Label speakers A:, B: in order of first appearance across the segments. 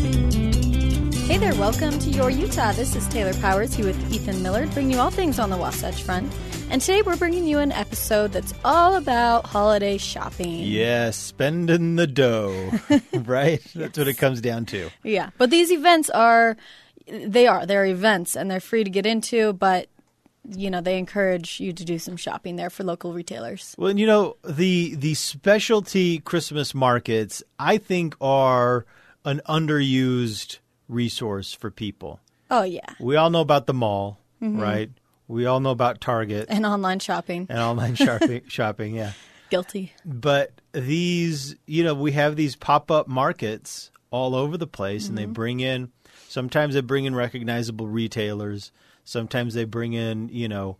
A: Hey there, welcome to Your Utah. This is Taylor Powers here with Ethan Millard, bringing you all things on the Wasatch Front. And today we're bringing you an episode that's all about holiday shopping.
B: Yeah, spending the dough, right? That's what it comes down to.
A: Yeah, but these events are, they are, they're events and they're free to get into, but you know, they encourage you to do some shopping there for local retailers.
B: Well, and you know, the the specialty Christmas markets, I think are an underused resource for people.
A: Oh, yeah.
B: We all know about the mall, right? We all know about Target
A: And online shopping.
B: and online shopping, shopping, yeah.
A: Guilty.
B: But these, you know, we have these pop-up markets all over the place and they
A: Mm-hmm.
B: bring in sometimes they bring in recognizable retailers, sometimes they bring in, you know,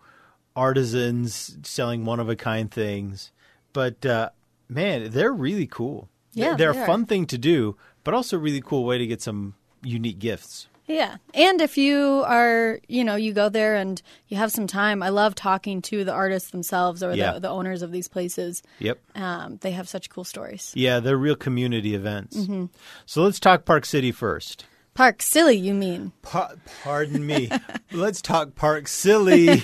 B: artisans selling one of a kind things. But uh man, they're really cool. They-
A: Yeah,
B: they're
A: they
B: a
A: are.
B: fun thing to do, but also a really cool way to get some unique gifts.
A: Yeah. And if you are, you know, you go there and you have some time, I love talking to the artists themselves or
B: Yeah.
A: the, the owners of these places.
B: Yep.
A: Um, they have such cool stories.
B: Yeah, they're real community events.
A: Mm-hmm.
B: So let's talk Park City first.
A: Park Silly, you mean?
B: Pa- pardon me. Let's talk Park Silly.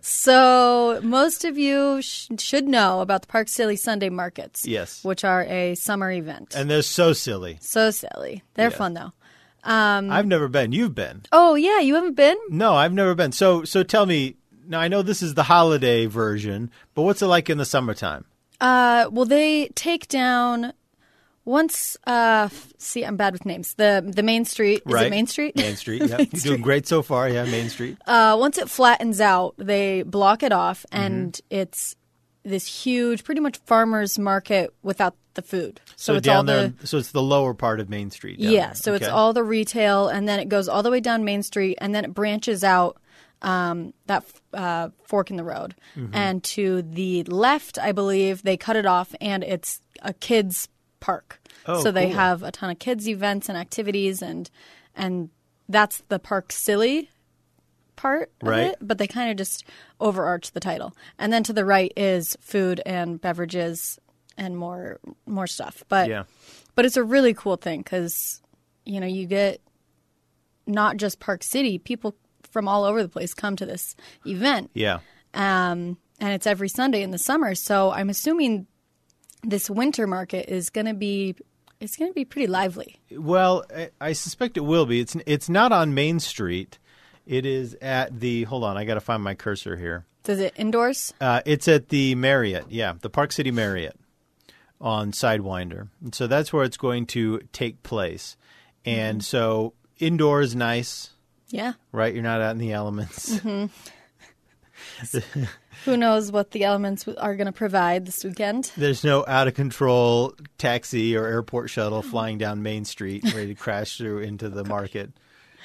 A: So, most of you sh- should know about the Park Silly Sunday markets.
B: Yes.
A: Which are a summer event.
B: and they're so silly.
A: so silly. They're fun, though. Um,
B: I've never been. You've been.
A: Oh, yeah. You haven't been?
B: No, I've never been. So so tell me, now I know this is the holiday version, but what's it like in the summertime?
A: Uh, well, they take down. Once, uh, f- see, I'm bad with names. The the main street is it Main Street?
B: Main Street. Yeah. You're doing great so far. Yeah, Main Street.
A: uh, once it flattens out, they block it off,
B: Mm-hmm.
A: and it's this huge, pretty much farmers market without the food.
B: so
A: it's
B: down
A: all
B: there
A: the
B: so it's the lower part of Main Street. down
A: yeah,
B: there.
A: so it's
B: Okay.
A: all the retail, and then it goes all the way down Main Street, and then it branches out um, that uh, fork in the road,
B: Mm-hmm.
A: and to the left, I believe they cut it off, and it's a kids park.
B: Oh,
A: so they
B: cool.
A: have a ton of kids events and activities, and and that's the park silly part of
B: Right.
A: it, but they kind of just overarch the title. And then to the right is food and beverages and more more stuff. But
B: Yeah.
A: but it's a really cool thing because you know you get not just Park City people from all over the place come to this event,
B: Yeah.
A: um, and it's every Sunday in the summer. So I'm assuming this winter market is going to be it's going to be pretty lively.
B: Well, I, I suspect it will be. It's it's not on Main Street. It is at the hold on, I gotta find my cursor here.
A: Does it indoors?
B: Uh, it's at the Marriott, yeah, the Park City Marriott on Sidewinder. And so that's where it's going to take place. And so indoor is nice,
A: Yeah.
B: right? You're not out in the elements.
A: Who knows what the elements w- are going to provide this weekend?
B: There's no out of control taxi or airport shuttle flying down Main Street ready to crash through into the market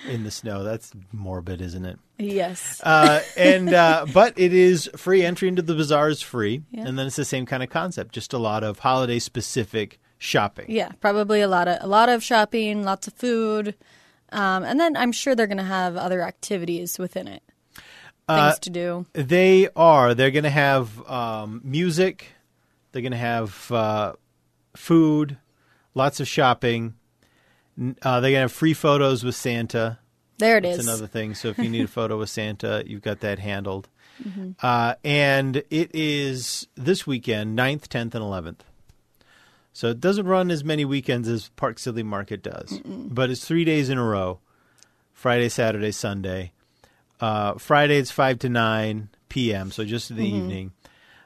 B: in the snow. That's morbid, isn't it?
A: Yes.
B: uh, and uh, but it is free entry into the bazaar is free, and then it's the same kind of concept, just a lot of holiday specific shopping.
A: Yeah, probably a lot of a lot of shopping, lots of food, um, and then I'm sure they're going to have other activities within it, things to do.
B: They are. They're going to have um, music. They're going to have uh, food, lots of shopping. N- Uh, they're going to have free photos with Santa.
A: There it
B: That's
A: is.
B: another thing. So if you need a photo with Santa, you've got that handled.
A: Mm-hmm.
B: Uh, and it is this weekend, 9th, 10th, and 11th. So it doesn't run as many weekends as Park City Market does, but it's three days in a row Friday, Saturday, Sunday. Uh, Friday, it's 5 to 9 p.m., so just in the
A: Mm-hmm.
B: evening.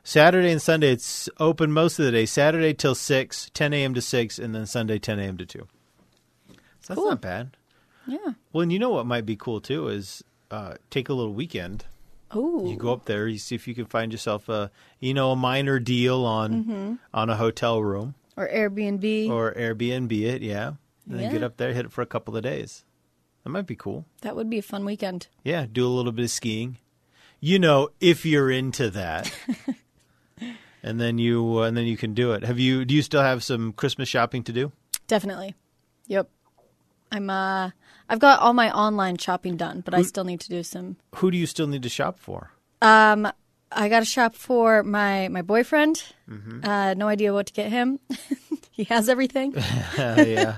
B: Saturday and Sunday, it's open most of the day. Saturday till 6, 10 a.m. to 6, and then Sunday, 10 a.m. to 2. So that's
A: Cool.
B: not bad.
A: yeah.
B: Well, and you know what might be cool too is uh, take a little weekend. You
A: Oh,
B: go up there, you see if you can find yourself a you know a minor deal on on a hotel room,
A: or Airbnb.
B: or Airbnb it, yeah. And then get
A: Yeah.
B: up there, hit it for a couple of days. That might be cool.
A: that would be a fun weekend.
B: Yeah, do a little bit of skiing. You know, if you're into that. and then you uh, and then you can do it. Have you do you still have some Christmas shopping to do?
A: Definitely. Yep. I'm uh I've got all my online shopping done,
B: Mm.
A: but I still need to do some
B: Who do you still need to shop for?
A: I got to shop for my my boyfriend.
B: Mm-hmm.
A: Uh, no idea what to get him. he has everything.
B: Uh, yeah.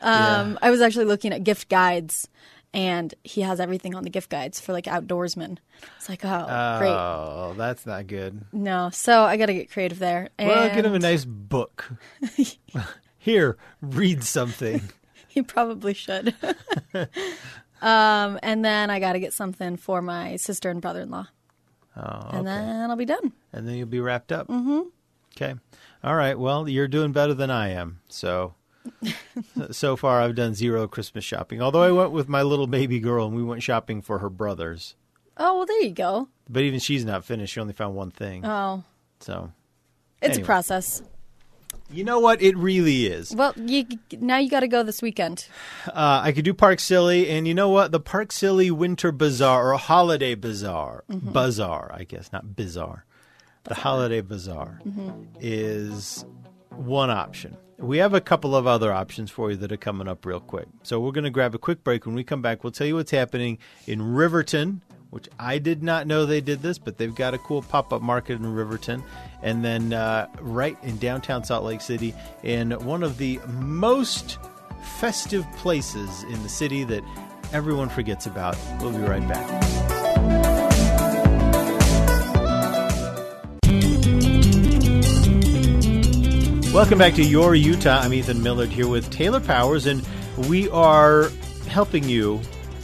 A: Um, I was actually looking at gift guides, and he has everything on the gift guides for like outdoorsmen. It's like, oh, great.
B: Oh, that's not good.
A: No, so I got to get creative there.
B: Well, get him a
A: and
B: nice book. Here, read something.
A: He probably should. um, and then I got to get something for my sister and brother in law,
B: Oh,
A: and then I'll be done.
B: and then you'll be wrapped up. Mm-hmm. Okay. All right. Well, you're doing better than I am. So, so far I've done zero Christmas shopping. Although I went with my little baby girl and we went shopping for her brothers.
A: Oh well, there you go.
B: But even she's not finished. She only found one thing.
A: Oh,
B: so,
A: it's
B: Anyway.
A: a process.
B: you know what? It really is.
A: Well, you now you got to go this weekend.
B: Uh, I could do Park Silly, and you know what? The Park Silly Winter Bazaar or Holiday Bazaar, Bazaar, I guess, not bizarre. The Holiday Bazaar is one option. We have a couple of other options for you that are coming up real quick. So we're going to grab a quick break. When we come back, we'll tell you what's happening in Riverton, which I did not know they did this, but they've got a cool pop up market in Riverton. And then uh, right in downtown Salt Lake City, in one of the most festive places in the city that everyone forgets about. We'll be right back. Welcome back to Your Utah. I'm Ethan Millard here with Taylor Powers, and we are helping you,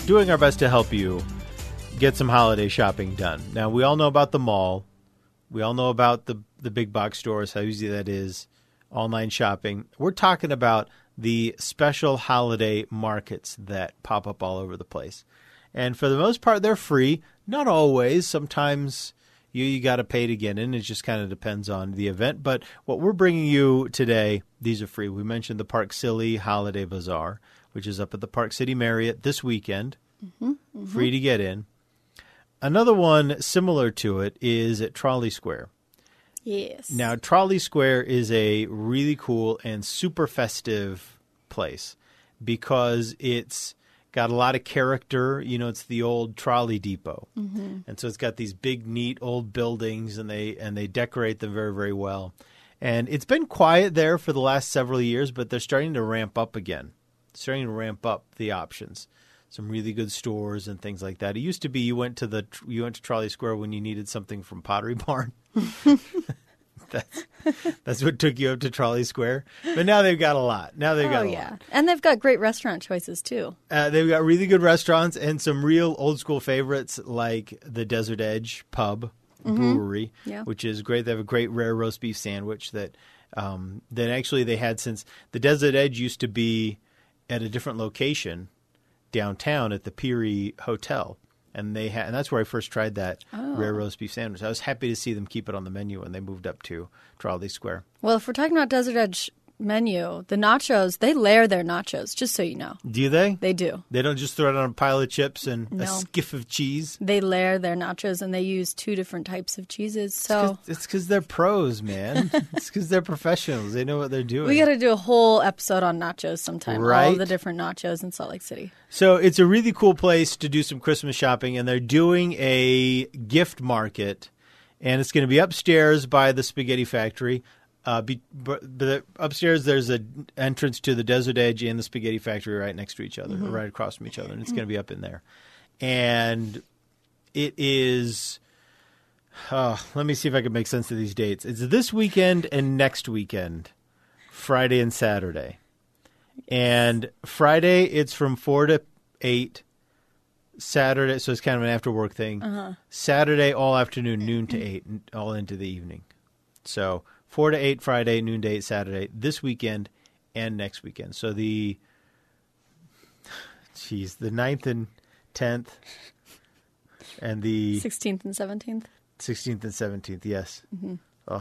B: doing our best to help you get some holiday shopping done. Now, we all know about the mall. We all know about the the big box stores, how easy that is, online shopping. We're talking about the special holiday markets that pop up all over the place. And for the most part they're free, not always. Sometimes you you got to pay to get in. It just kind of depends on the event, but what we're bringing you today, these are free. We mentioned the Park Silly Holiday Bazaar, which is up at the Park City Marriott this weekend. Free to get in. Another one similar to it is at Trolley Square.
A: Yes.
B: Now, Trolley Square is a really cool and super festive place because it's got a lot of character. You know, it's the old trolley depot, and so it's got these big, neat old buildings, and they and they decorate them very, very well. And it's been quiet there for the last several years, but they're starting to ramp up again, starting to ramp up the options. Some really good stores and things like that. It used to be you went to the you went to Trolley Square when you needed something from Pottery Barn. That's what took you up to Trolley Square. But now they've got a lot. Now they've
A: Oh
B: got a
A: yeah,
B: lot.
A: and they've got great restaurant choices too.
B: Uh, they've got really good restaurants and some real old school favorites like the Desert Edge Pub Brewery,
A: Mm-hmm. Yeah.
B: which is great. They have a great rare roast beef sandwich that um, that actually they had since the Desert Edge used to be at a different location downtown at the Peary Hotel. And they had, and that's where I first tried that rare
A: Oh.
B: roast beef sandwich. I was happy to see them keep it on the menu when they moved up to Trolley Square.
A: Well, if we're talking about Desert Edge menu, the nachos they layer their nachos. Just so you know,
B: Do they?
A: they do.
B: They don't just throw it on a pile of chips and a
A: No.
B: skiff of cheese.
A: They layer their nachos, and they use two different types of cheeses. So
B: It's because they're pros, man. it's because they're professionals. They know what they're doing.
A: we got to do a whole episode on nachos sometime. All
B: Right.
A: the different nachos in Salt Lake City.
B: so it's a really cool place to do some Christmas shopping, and they're doing a gift market, and it's going to be upstairs by the Spaghetti Factory. Uh, be, but the, upstairs, there's an entrance to the Desert Edge and the Spaghetti Factory right next to each other,
A: Mm-hmm.
B: right across from each other,
A: Mm.
B: and it's going to be up in there. And it is. Oh, let me see if I can make sense of these dates. It's this weekend and next weekend, Friday and Saturday. And Friday, it's from 4 to 8. Saturday, so it's kind of an after work thing. Saturday, all afternoon, noon to 8, and all into the evening. So 4 to 8 Friday, noon to 8 Saturday, this weekend and next weekend. So the, geez, the 9th and 10th and the
A: Sixteenth and seventeenth.
B: Sixteenth and seventeenth, yes.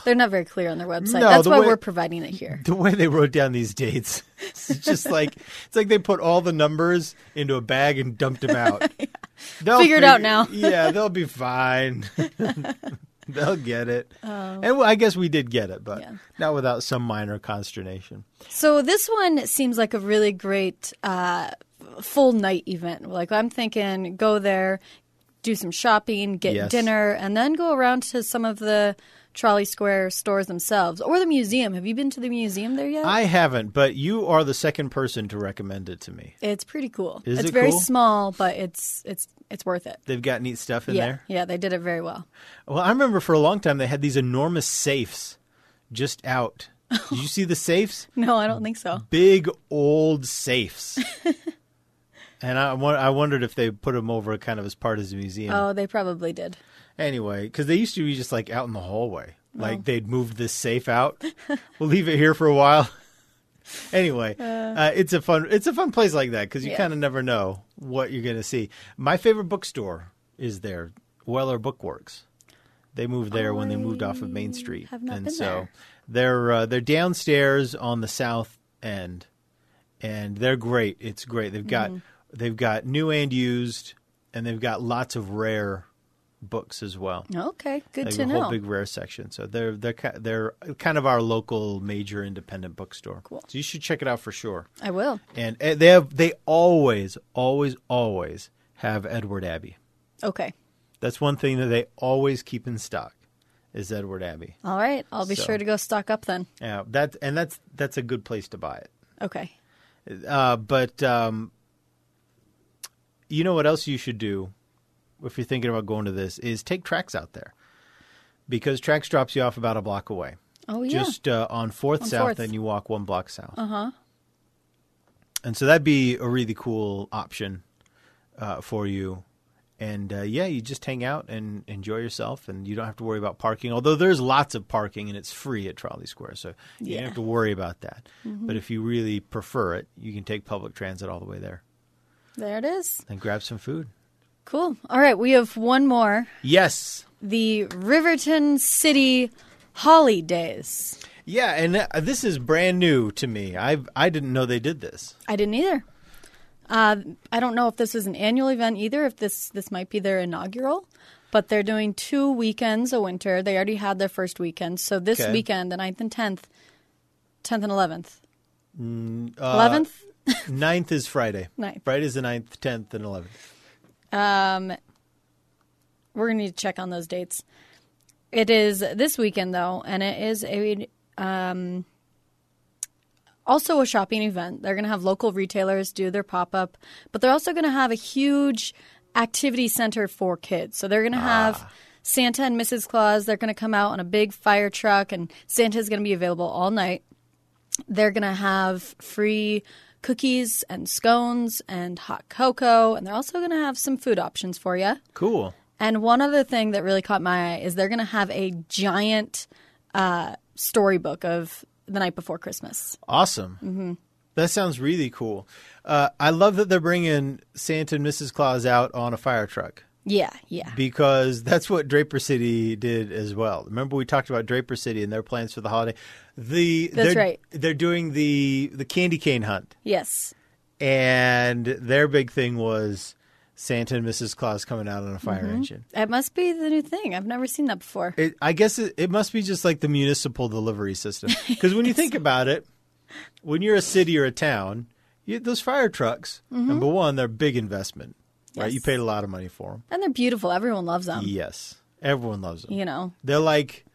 A: They're not very clear on their website.
B: No,
A: That's
B: the
A: why
B: way-
A: we're providing it here.
B: The way they wrote down these dates, it's just like it's like they put all the numbers into a bag and dumped them out. They'll
A: Figure it out now.
B: yeah, they'll be fine. they'll get it. And well, I guess we did get it, but
A: Oh. Yeah.
B: not without some minor consternation.
A: So this one seems like a really great uh, full night event. Like I'm thinking, go there, do some shopping, get
B: Yes.
A: dinner, and then go around to some of the trolley square stores themselves or the museum. Have you been to the museum there yet?
B: I haven't, but you are the second person to recommend it to me.
A: it's pretty cool.
B: Is
A: it's
B: it
A: very
B: cool?
A: small, but it's it's it's worth it.
B: They've got neat stuff in
A: yeah,
B: there.
A: yeah, they did it very well.
B: Well, I remember for a long time they had these enormous safes just out. Did you see the safes?
A: No, I don't think so.
B: Big old safes. and I, won- I wondered if they put them over kind of as part of the museum.
A: Oh, they probably did.
B: Anyway, because they used to be just like out in the hallway.
A: Oh.
B: Like they'd moved this safe out. we'll leave it here for a while. anyway, uh, it's a fun it's a fun place like that because you
A: Yeah.
B: kind of never know what you're going to see. My favorite bookstore is there, Weller Bookworks. They moved there when they moved off of Main Street,
A: have not
B: and
A: been
B: so
A: there.
B: they're uh, they're downstairs on the south end, and they're great. It's great. They've got
A: Mm-hmm.
B: they've got new and used, and they've got lots of rare books as well.
A: Okay, good
B: Like
A: to
B: a
A: know.
B: whole big rare section. So they're they're ki- they're kind of our local major independent bookstore.
A: Cool.
B: So you should check it out for sure.
A: I will.
B: And eh, they have they always always always have Edward Abbey.
A: Okay.
B: That's one thing that they always keep in stock is Edward Abbey.
A: All right. I'll be
B: So-
A: sure to go stock up then.
B: Yeah, that and that's that's a good place to buy it.
A: Okay.
B: Uh, but um, you know what else you should do if you're thinking about going to this is take Trax out there because Trax drops you off about a block away.
A: Oh yeah.
B: Just uh, on Fourth
A: On Uh-huh.
B: South,
A: 4th.
B: and you walk one block south. Uh huh. And so that'd be a really cool option uh, for you. And uh, yeah, you just hang out and enjoy yourself, and you don't have to worry about parking. Although there's lots of parking, and it's free at Trolley Square, so you don't have to worry about that.
A: Mm-hmm.
B: But if you really prefer it, you can take public transit all the way there
A: there it is.
B: and grab some food.
A: Cool. All right, we have one more.
B: Yes,
A: The Riverton City Holidays.
B: yeah, and uh, this is brand new to me. I I didn't know they did this.
A: I didn't either. Uh, I don't know if this is an annual event either. If this this might be their inaugural, but they're doing two weekends a winter. They already had their first weekend, so this
B: Okay.
A: weekend, the 9th and tenth, tenth and eleventh,
B: Uh,
A: eleventh.
B: Ninth is Friday.
A: Ninth.
B: Friday's the ninth, tenth, and eleventh.
A: We're gonna need to check on those dates. It is this weekend though, and it is a um, also a shopping event. They're gonna have local retailers do their pop up, but they're also gonna have a huge activity center for kids. So they're gonna have Santa and Mrs. Claus. They're gonna come out on a big fire truck, and Santa's gonna be available all night. They're gonna have free. Cookies and scones and hot cocoa, and they're also going to have some food options for you.
B: Cool.
A: And one other thing that really caught my eye is they're going to have a giant uh, storybook of the night before Christmas.
B: Awesome. Mm-hmm. That sounds really cool. Uh, I love that they're bringing Santa and Mrs. Claus out on a fire truck
A: Yeah, yeah.
B: because that's what Draper City did as well. Remember we talked about Draper City and their plans for the holiday. The
A: That's
B: they're,
A: right.
B: They're doing the the candy cane hunt,
A: Yes.
B: and their big thing was Santa and Mrs. Claus coming out on a
A: Mm-hmm.
B: fire engine.
A: It must be the new thing. I've never seen that before.
B: It, I guess it, it must be just like the municipal delivery system. Because when you think about it, when you're a city or a town, you, those fire trucks, number one, they're a big investment, right? You
A: Yes. Um,
B: paid a lot of money for them.
A: And they're beautiful. Everyone loves them.
B: Yes, everyone loves them.
A: You know,
B: They're like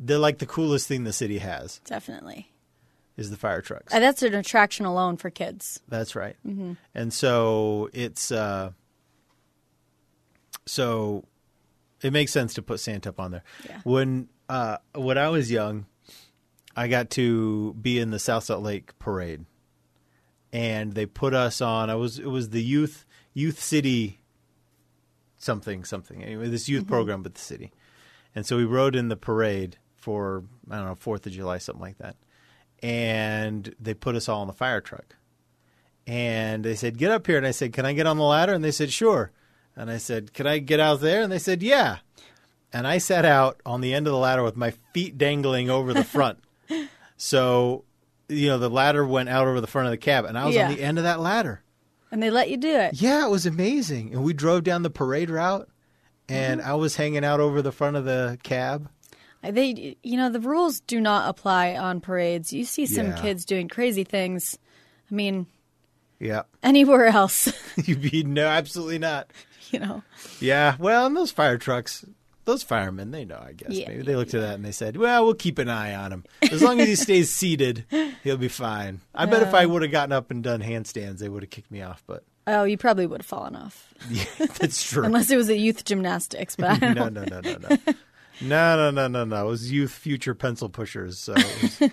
B: they're like the coolest thing the city has
A: definitely.
B: is the fire trucks.
A: And that's an attraction alone for kids.
B: That's right. And so it's uh, so it makes sense to put Santa up on there.
A: Yeah.
B: When uh, when I was young, I got to be in the South Salt Lake Parade, and they put us on. I was it was the youth youth city something something anyway this youth program with the city, and so we rode in the parade for I don't know Fourth of July something like that, and they put us all in the fire truck and they said, "Get up here." And I said, "Can I get on the ladder?" And they said, "Sure." And I said, "Can I get out there?" And they said, "Yeah." and I sat out on the end of the ladder with my feet dangling over the front. so, you know, the ladder went out over the front of the cab, and I was
A: Yeah.
B: on the end of that ladder.
A: and they let you do it.
B: Yeah, it was amazing. And we drove down the parade route, and
A: Mm-hmm.
B: I was hanging out over the front of the cab.
A: They, you know, the rules do not apply on parades. You see some
B: Yeah.
A: kids doing crazy things. I mean,
B: Yeah,
A: anywhere else,
B: you'd be no, absolutely not.
A: you know.
B: Yeah, well, and those fire trucks, those firemen, they know, I guess.
A: Yeah,
B: Maybe they looked at that and they said, well, we'll keep an eye on him. As long as he stays seated, he'll be fine. I bet if I would have gotten up and done handstands, they would have kicked me off, but
A: Oh, you probably would have fallen off
B: yeah, that's true.
A: unless it was a youth gymnastics. But I
B: no,
A: don't
B: no, no, no, no. No, no, no, no, no. It was youth future pencil pushers. So it was,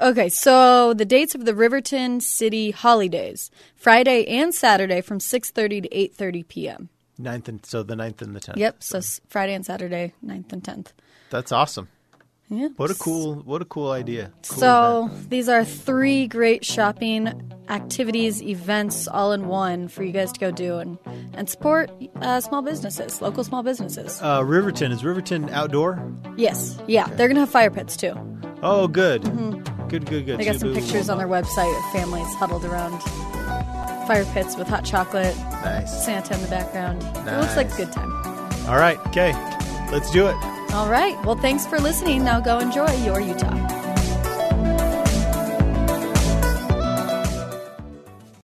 A: Okay, so the dates of the Riverton City holidays: Friday and Saturday from six thirty to eight thirty p.m.
B: ninth and so the ninth and the tenth.
A: Yep, so s- Friday and Saturday, 9th and tenth.
B: That's awesome.
A: Yeah.
B: What a cool what a cool idea. Cool event.
A: So these are three great shopping activities, events, all in one for you guys to go do and and support uh, small businesses, local small businesses.
B: uh, Riverton is Riverton outdoor?
A: yes, yeah, they're gonna have fire pits too.
B: Oh, good, good, good, good.
A: Mm-hmm. They got some
B: Toodaloo.
A: pictures on their website of families huddled around fire pits with hot chocolate,
B: Nice.
A: Santa in the background. It looks like a
B: Nice.
A: good time.
B: All right, okay, let's do it.
A: All right. Well, thanks for listening. Now go enjoy your Utah.